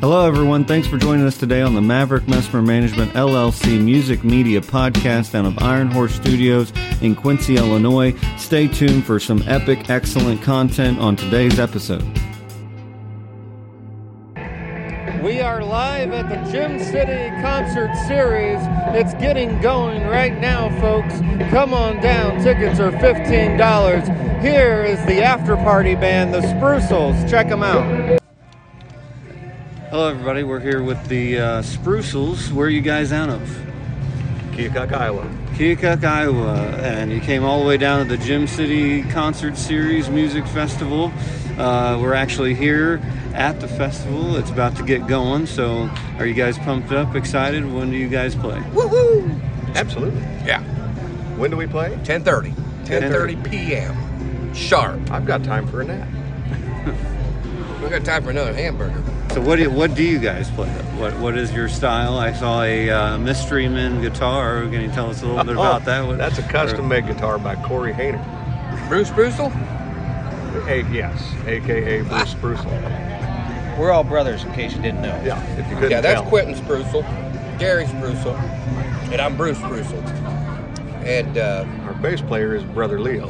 Hello, everyone. Thanks for joining us today on the Maverick Mesmer Management LLC Music Media Podcast out of Iron Horse Studios in Quincy, Illinois. Stay tuned for some epic, excellent content on today's episode. We are live at the Gym City Concert Series. It's getting going right now, folks. Come on down. Tickets are $15. Here is the after party band, the Sprucels. Check them out. Hello, everybody. We're here with the uh, Sprucels. Where are you guys out of? Keokuk, Iowa. Keokuk, Iowa. And you came all the way down to the Gym City Concert Series Music Festival. Uh, we're actually here at the festival. It's about to get going. So, are you guys pumped up, excited? When do you guys play? Absolutely. Yeah, When do we play? 10:30. 10:30 p.m. sharp. I've got time for a nap. We got time for another hamburger. So, what do you, what do you guys play? What what is your style? I saw a uh, mystery men guitar. Can you tell us a little bit about that? What- Oh, That's a custom-made guitar by Corey Hayner. Bruce Brusel? A- yes, aka Ah. Bruce Sprucel. We're all brothers, in case you didn't know. Yeah, if you couldn't yeah, that's tell. Quentin Sprucel, Gary Sprucel, and I'm Bruce Brusel. And uh, Our bass player is Brother Leo.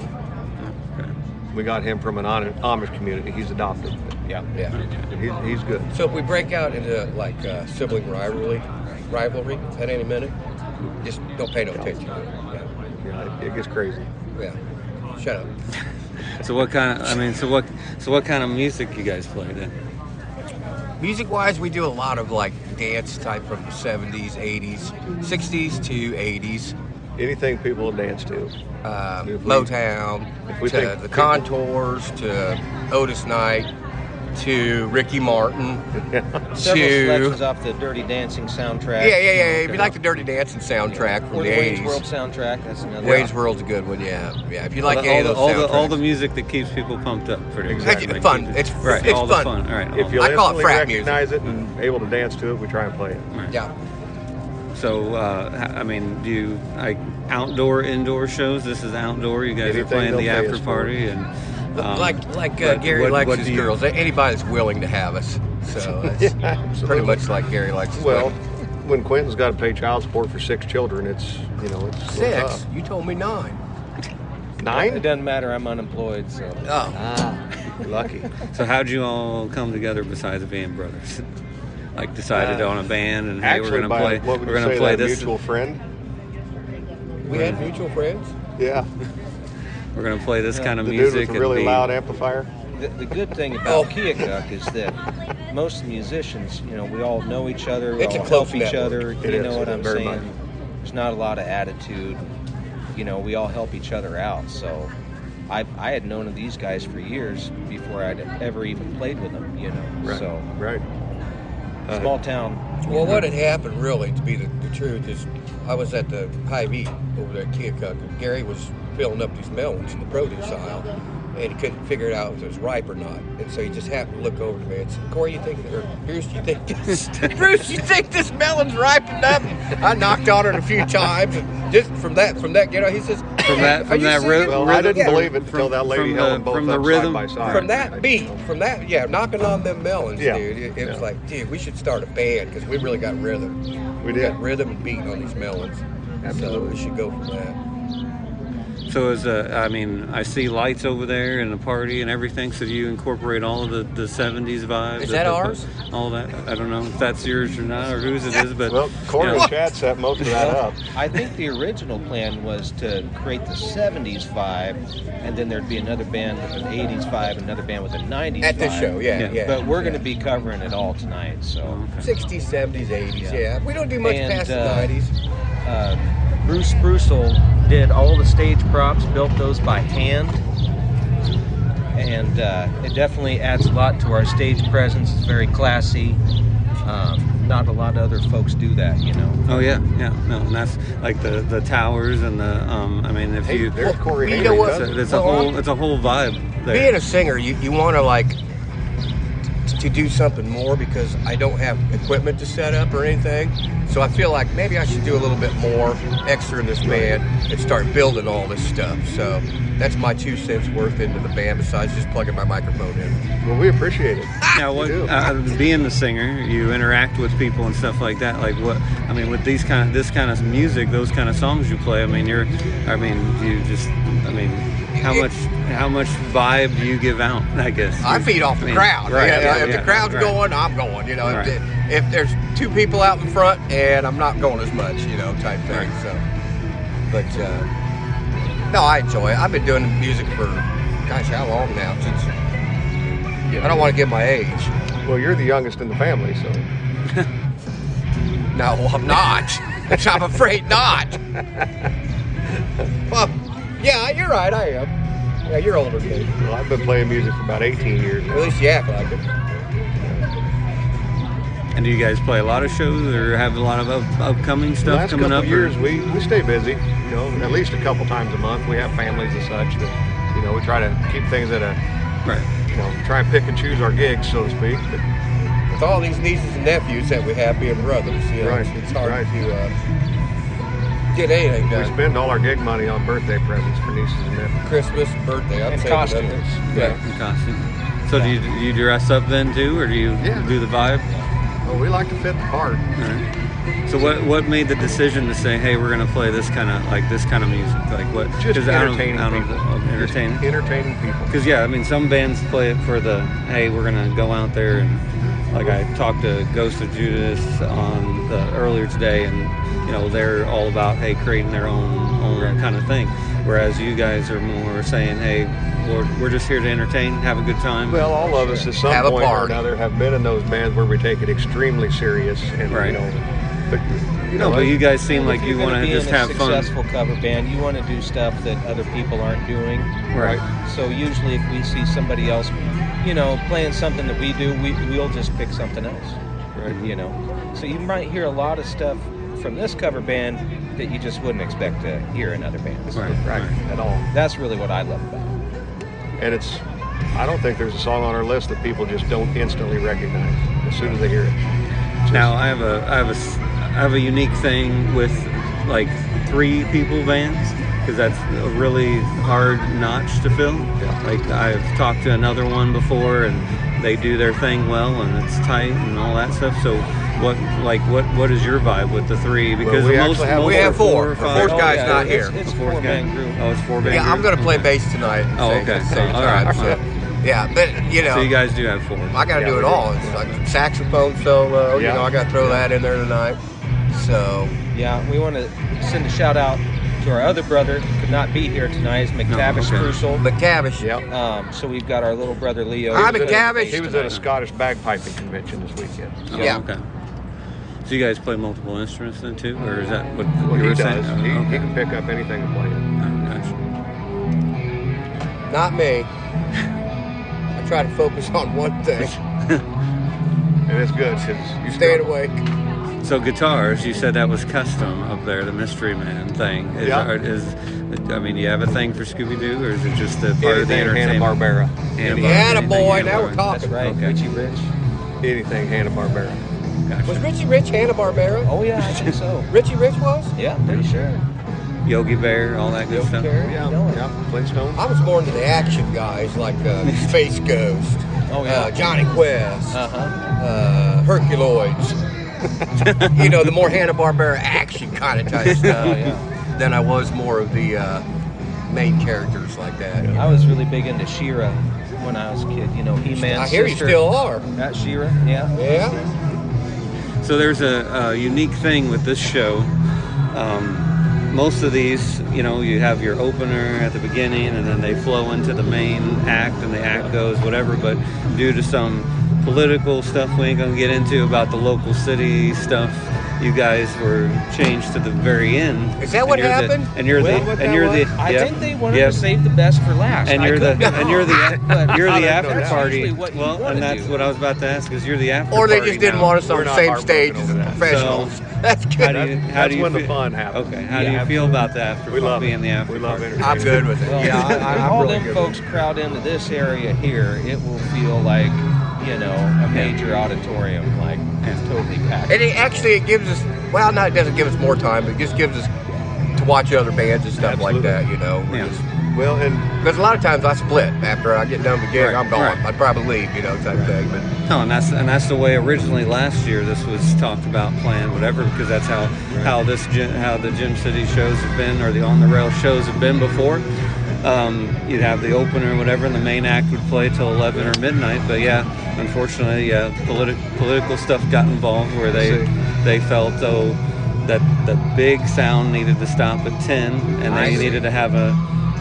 We got him from an Am- Amish community. He's adopted. Yeah. yeah. He's, he's good. So if we break out into like uh, sibling rivalry, rivalry at any minute, just don't pay no attention. to it. Yeah, it, it gets crazy. Yeah. yeah. Shut up. So, what kind of I mean, so what so what kind of music you guys play then? Music wise, we do a lot of like dance type from the 70s, 80s, 60s to 80s. Anything people will dance to. uh, If we- if Motown we to think the people- Contours to Otis Knight to Ricky Martin to Several selections off the Dirty Dancing soundtrack. yeah yeah yeah. If you like the Dirty Dancing soundtrack from Or the the Wayne's World eighties, soundtrack. That's another. Wayne's World's a good one. Yeah yeah. If you like all the, any of all, the, those all the soundtracks. music that keeps people pumped up, pretty much. Exactly. Like, Fun. keep- It's- right. it's all fun. The fun. All right. If all- you'll I call it instantly frat music. recognize it and able to dance to it, we try and play it. yeah. So, uh, I mean, do you like outdoor, indoor shows? This is outdoor. You guys are Anything playing the they'll pay after us for. party, and um, like like uh, what- Gary what- likes what his do you- girls. Anybody that's willing to have us. So that's pretty absolutely. much like Gary likes his Well, women. when Quentin's got to pay child support for six children, it's you know it's a little six. tough. You told me nine. It nine. doesn't matter. I'm unemployed, so. Oh. Lucky. So, how'd you all come together besides being brothers? like decided Uh, on a band, and hey, Actually, we're gonna by play. what would we're you gonna say, play that this. mutual friend. We had mutual friends. Yeah, We're gonna play this kind of the dude music. with the and really be- loud amplifier. The, the good thing Oh. about Keokuk is that most musicians, you know, we all know each other. We It's a all close help each network. other. It you is, know what I'm very saying? much. There's not a lot of attitude. You know, we all help each other out. So, I I had known of these guys for years before I'd ever even played with them. You know, Right. so Right. Uh-huh. Uh, small town. Well, what had happened, really, to be the, the truth, is I was at the Hy-Vee over there at Keokuk, and Gary was filling up these melons in the produce aisle, and he couldn't figure it out if it was ripe or not. And so he just happened to look over to me and said, Corey, you think, or Bruce, you think this, Bruce, you think this melon's ripe enough? I knocked on it a few times, and just from that, from that, you know, he says, From that, "Are from you that serious?" rhythm. Well, I didn't Yeah. believe it until that lady from held the- them both from the up rhythm- side by side. from that beat, from that, yeah, knocking on them melons, Yeah. dude. It, it was Yeah. like, dude, we should start a band because we really got rhythm. We We did. got rhythm and beat on these melons. So Absolutely. we should go from that. So is uh, I mean, I see lights over there and a party and everything. So do you incorporate all of the, the '70s vibes? Is that the- ours? All that? I don't know if that's yours or not, or whose it is. But Well, Corey you know, and Chad set most of that up. I think the original plan was to create the 70s vibe, and then there'd be another band with an 80s vibe, another band with a 90s At this vibe. show, yeah, Yeah, yeah. But we're going to be covering it all tonight. So, 60s, 70s, 80s, yeah. We don't do much And, past uh, the 90s. uh, Bruce Brusel did all the stage props, built those by hand, and uh, it definitely adds a lot to our stage presence. It's very classy. Um, not a lot of other folks do that, you know. oh yeah, yeah. No, and that's like the the towers and the. Um, I mean, if Hey, you there's Corey you Hayner. know it's what? a, it's a Well, whole it's a whole vibe there. Being a singer, you, you want to like to do something more because I don't have equipment to set up or anything. So I feel like maybe I should do a little bit more extra in this band and start building all this stuff. So that's my two cents worth into the band besides just plugging my microphone in. Well, we appreciate it. Now, We what, do. uh, being the singer, you interact with people and stuff like that. Like what? I mean, with these kind of this kind of music, those kind of songs you play. I mean, you're. I mean, you just. I mean, how much how much vibe do you give out? I guess. I feed off the mean, crowd. Right. Yeah, yeah, if yeah, the crowd's right. going, I'm going. You know, if, Right. the- if there's two people out in front and I'm not going as much, you know, type thing. So, but uh, no, I enjoy it. I've been doing music for gosh, how long now? Since I don't want to give my age. Well, you're the youngest in the family, so No, I'm not. I'm afraid not. well, yeah, you're right. I am. Yeah, you're older than me. well, I've been playing music for about 18 years At now. least you act like it. And do you guys play a lot of shows or have a lot of up, upcoming The stuff last coming couple up? or- years, we, we stay busy, you know, at least a couple times a month. We have families and such that, you know, we try to keep things at a, Right. you know, try and pick and choose our gigs, so to speak. But with all these nieces and nephews that we have being brothers, you know, Right, it's, it's hard right. to uh, get anything we done. spend all our gig money on birthday presents for nieces and nephews. Christmas, birthday, I'm And saving up. costumes. Yeah. in costume. So do you, do you dress up then too, or do you Yeah. do the vibe? Well, we like to fit the part. Alright. So what what made the decision to say, hey, we're gonna play this kind of like this kind of music? Like what? Just 'cause out of- entertaining out of- people. of Just entertaining. Entertaining people. Because yeah, I mean, some bands play it for the hey, we're gonna go out there and like I talked to Ghost of Judas on the earlier today, and you know they're all about hey creating their own own kind of thing, whereas you guys are more saying hey, we're, we're just here to entertain, have a good time. Well, all of us at some Have a point or party. another have been in those bands where we take it extremely serious, and Right. you know, but you know, no, but you guys seem like you If you're gonna want to be just in a have fun, Successful cover band, you want to do stuff that other people aren't doing. right? So usually, if we see somebody else, you know, playing something that we do, we we'll just pick something else. Right. You know, so you might hear a lot of stuff from this cover band that you just wouldn't expect to hear in other bands. Right. right at all. That's really what I love about. it. And it's, I don't think there's a song on our list that people just don't instantly recognize as soon as they hear it. Now I have a I have a s- I have a unique thing with like three people bands because that's a really hard notch to fill. Yeah. Like I've talked to another one before and they do their thing well and it's tight and all that stuff. So what like what what is your vibe with the three? Because we most actually have- most we are have four. or The five. fourth Oh, guy's yeah. not it's, here. It's The four fourth guy. man group. Oh, it's four man. Yeah, I'm group? gonna play Okay. bass tonight. and Oh, sing at okay. the same Oh, all right, time, so- yeah, but you know, So you guys do have four. I got to Yeah, do we it do. all. It's like saxophone solo. Yeah. You know, I got to throw that in there tonight. So Yeah, we want to send a shout out to our other brother who could not be here tonight, is McTavish okay. Crucial. McCavish. Yep. Um, so we've got our little brother Leo. Hi, who's gonna McTavish. face He was at a Scottish bagpiping convention this weekend. Oh, Yeah. Okay. So you guys play multiple instruments then too, or is that what Well, you he were does. saying? Oh, He, he okay. can pick up anything and play it. Oh, gotcha. Not me. I try to focus on one thing. And it's good because you Staying struggle. awake. So guitars, you said that was custom up there, the mystery man thing. Is, Yeah. are- is I mean, do you have a thing for Scooby Doo, or is it just a part of the Anything entertainment? Hanna-Barbera. Indiana Hanna-Barbera, boy, anything now we're Hanna-Barbera. talking. That's right, Okay. Richie Rich. Anything Hanna-Barbera. Was Gotcha. Richie Rich Hanna Barbera? Oh yeah, I think so. Richie Rich was? Yeah, pretty sure. Yogi Bear, all that good stuff. Bear. Yeah, No. yeah. Flintstones. I was more into the action guys like uh, Space Ghost, Oh, yeah. uh, Johnny Quest, Uh huh. uh, Herculoids. you know, the more Hanna Barbera action kind of type stuff. Oh yeah. Than I was more of the uh, main characters like that. I was really big into Shira when I was a kid. You know, He Man. I hear you still are. That Shira. Yeah. Yeah. So there's a, a unique thing with this show. Um, most of these, you know, you have your opener at the beginning, and then they flow into the main act, and the act goes whatever. But due to some political stuff we ain't gonna get into about the local city stuff, you guys were changed to the very end. Is that what And you're the- happened? and you're Well, the and you're the. I yep, think they wanted yep. to save the best for last. And I you're the could be and you're the wrong, but you're the that's after usually party. what you Well, wanna and that's do. what I was about to ask is you're the after Or they party just didn't now. want us on We're the not same heartbroken stage as over the that. professionals. So, That's How good. do you, how That's do you when the feel- fun happens. Okay, how Yeah, do you feel about that after We love being it. the after We love party? entertainment. I'm good with it. Well, yeah, I, if I'm all really them good with folks crowd into this area here, it will feel like you know, a major auditorium. Like, it's totally packed. And it actually it gives us well, no, it doesn't give us more time. It just gives us to watch other bands and stuff Absolutely. like that. You know, Yeah. Well, and because a lot of times I split after I get done with the gig, Right, I'm gone. right. I'd probably leave. You know, type thing. But No, and that's and that's the way originally last year this was talked about playing whatever because that's how how this gen, how the Gym City shows have been or the on the rail shows have been before. Um, you'd have the opener or whatever, and the main act would play till eleven or midnight. But yeah, unfortunately, yeah, politi- political stuff got involved where they they felt oh that the big sound needed to stop at ten, and I they see. needed to have a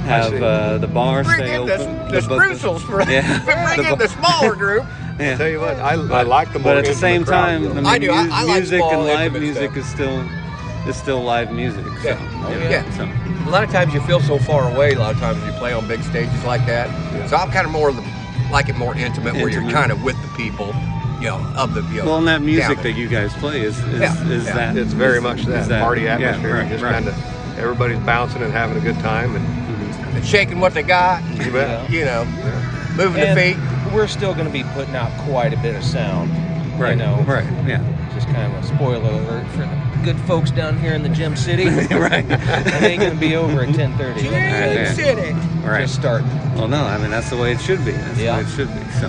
have see. uh, the bar bring stay in open. the, the bu- sprucials for Yeah. bring in the smaller group. yeah. I tell you what, I, I But- like the more But at the intimate same crowd, time, though. I, mean, I do. I- mu- I like music small, and live intimate music stuff. is still is still live music. So, Yeah. Oh, you know, yeah. so- A lot of times you feel so far away. A lot of times you play on big stages like that. So I'm kind of more of the, like it more intimate, where you're Intimate. kind of with the people, you know, of the. You know, Well, and that music down that you guys play is is, Yeah. is Yeah. that it's very is- much is that, party yeah, atmosphere. right, just right. kind of everybody's bouncing and having a good time, and there. And shaking what they got, you bet. you know, moving And the feet. we're still going to be putting out quite a bit of sound. right, You know, right, yeah, Just kind of a spoiler alert for the good folks down here in the Gym City. it right, ain't going to be over at ten thirty. Yeah. City. right. Just starting. Well, no, I mean that's the way it should be. That's Yeah. the way it should be. So,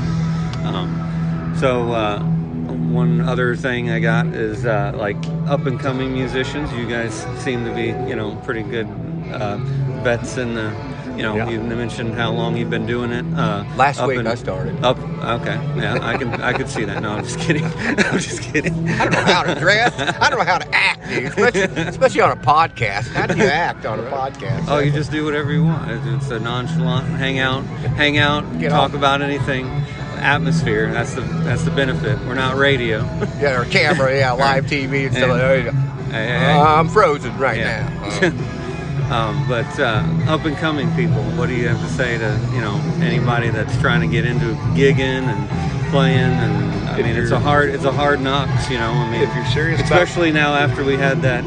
um, so uh, one other thing I got is uh, like up and coming musicians. You guys seem to be, you know, pretty good uh, vets in the. You know, Yeah. you mentioned how long you've been doing it. Uh, Last up week and- I started. Up, okay, yeah, I can, I could see that. No, I'm just kidding. I'm just kidding. I don't know how to dress. I don't know how to act, dude. Especially, especially on a podcast. How do you act on a podcast? Oh, you just do whatever you want. It's- It's a nonchalant hang out, hang out, Get talk off. about anything. Atmosphere. That's the that's the benefit. We're not radio. yeah, or camera, yeah, live TV and stuff. like that. Hey, hey, hey. I'm frozen right Yeah. now. Uh, Um, but uh, up and coming people, what do you have to say to you know anybody that's trying to get into gigging and playing? And I If mean, it's a you're- hard it's a hard knocks. You know, I mean, If you're serious about- especially now after we had that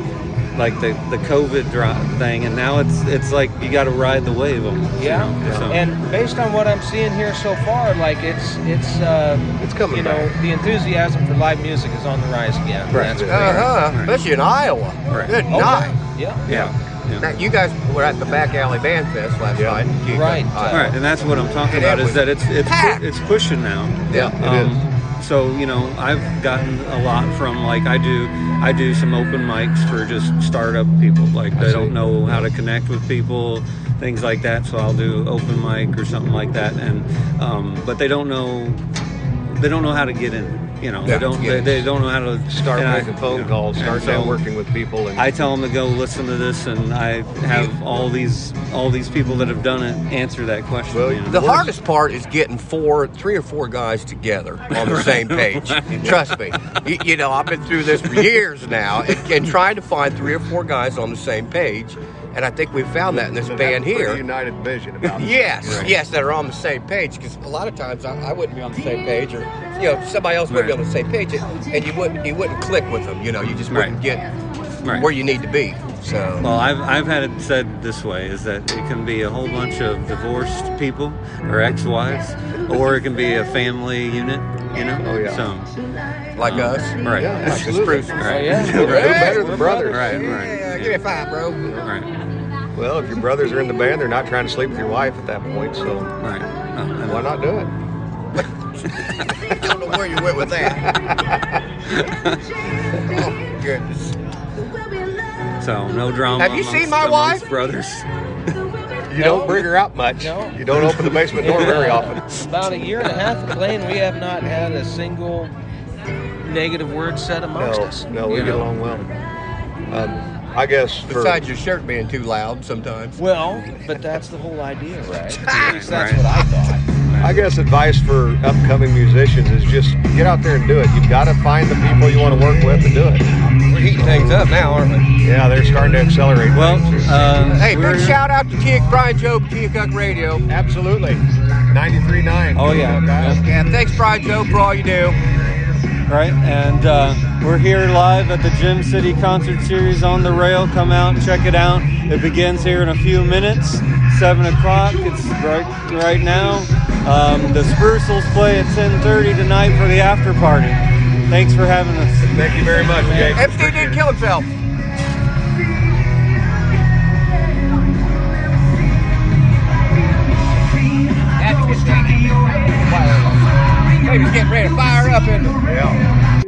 like the the COVID drop thing, and now it's it's like you got to ride the wave. Almost, you Yeah. know? So- And based on what I'm seeing here so far, like it's it's uh, It's coming You know, back. the enthusiasm for live music is on the rise again. Right. That's Yeah. great. Uh huh. Especially in Iowa. Right. Good Oh, night. Yeah. yeah. yeah. Now, you guys were at the Back Alley Band Fest last Yeah. night. You- Right. uh, All right, and that's what I'm talking And about it is was that it's it's packed. pu- it's pushing now. Um, Yeah, it is. So you know, I've gotten a lot from like I do I do some open mics for just startup people like they don't know how to connect with people, things like that. So I'll do open mic or something like that, and um, but they don't know they don't know how to get in. You know, Yeah, they don't yeah. they, they don't know how to Start and I- making phone you know, calls, and start so- networking with people, and I tell them to go listen to this, and I have all these all these people that have done it answer that question. Well, you know. The hardest part is getting four, three or four guys together on the same page. Trust me. You, you know, I've been through this for years now and, and trying to find three or four guys on the same page. And I think we found that in this So that's band pretty here. United vision about it. Yes, Right. yes, that are on the same page. Because a lot of times I, I wouldn't be on the same page, or you know, somebody else would be Right. on the same page, and, and you wouldn't you wouldn't click with them. You know, you just wouldn't Right. get Right. where you need to be. So Well, I've, I've had it said this way is that it can be a whole bunch of divorced people or ex wives, or it can be a family unit, you know? Oh, yeah. So, like um, us, Right. Yeah, like the absolutely. spruce. Oh, Right. yeah. Who better We're than brothers? Right, Yeah, right. give me five, bro. yeah, Right, Well, if your brothers are in the band, they're not trying to sleep with your wife at that point, so right. No, I know. why not do it? I don't know where you went with that. oh goodness. So, no drama. Have you amongst- seen my amongst wife? Brothers. You don't bring her out much. No. You don't open the basement door very often. About a year and a half of playing, we have not had a single negative word said amongst No, us. no, we you get know? along well. Um, I guess for Besides your shirt being too loud sometimes. Well, but that's the whole idea, right? At least that's Right. what I thought. I guess advice for upcoming musicians is just get out there and do it. You've got to find the people you want to work with and do it. We're heating things up now, aren't we? Yeah, they're starting to accelerate. Well, uh, Hey, we're- big shout out to Kick Brian Job, Keokuk Radio. absolutely. 93.9. Oh, yeah. Guys. Yeah, thanks, Brian Job, for all you do. right? And uh, we're here live at the Gym City Concert Series on the rail. Come out and check it out. It begins here in a few minutes, seven o'clock. It's right right now. Um, the Sprucels play at 10:30 tonight for the after party. Thanks for having us. Thank you very much, Jake. Epstein didn't kill himself. Hey, he's getting ready to fire up in there. Yeah.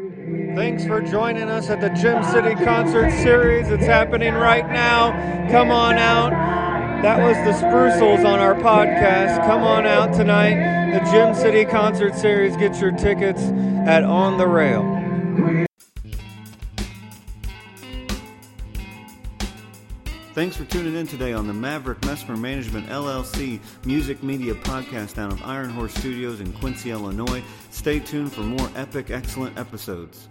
Thanks for joining us at the Gym City Concert Series. It's happening right now. Come on out. That was the Sprucels on our podcast. Come on out tonight. The Gym City Concert Series. Get your tickets at On the Rail. Thanks for tuning in today on the Maverick Mesmer Management LLC music media podcast out of Iron Horse Studios in Quincy, Illinois. Stay tuned for more epic, excellent episodes.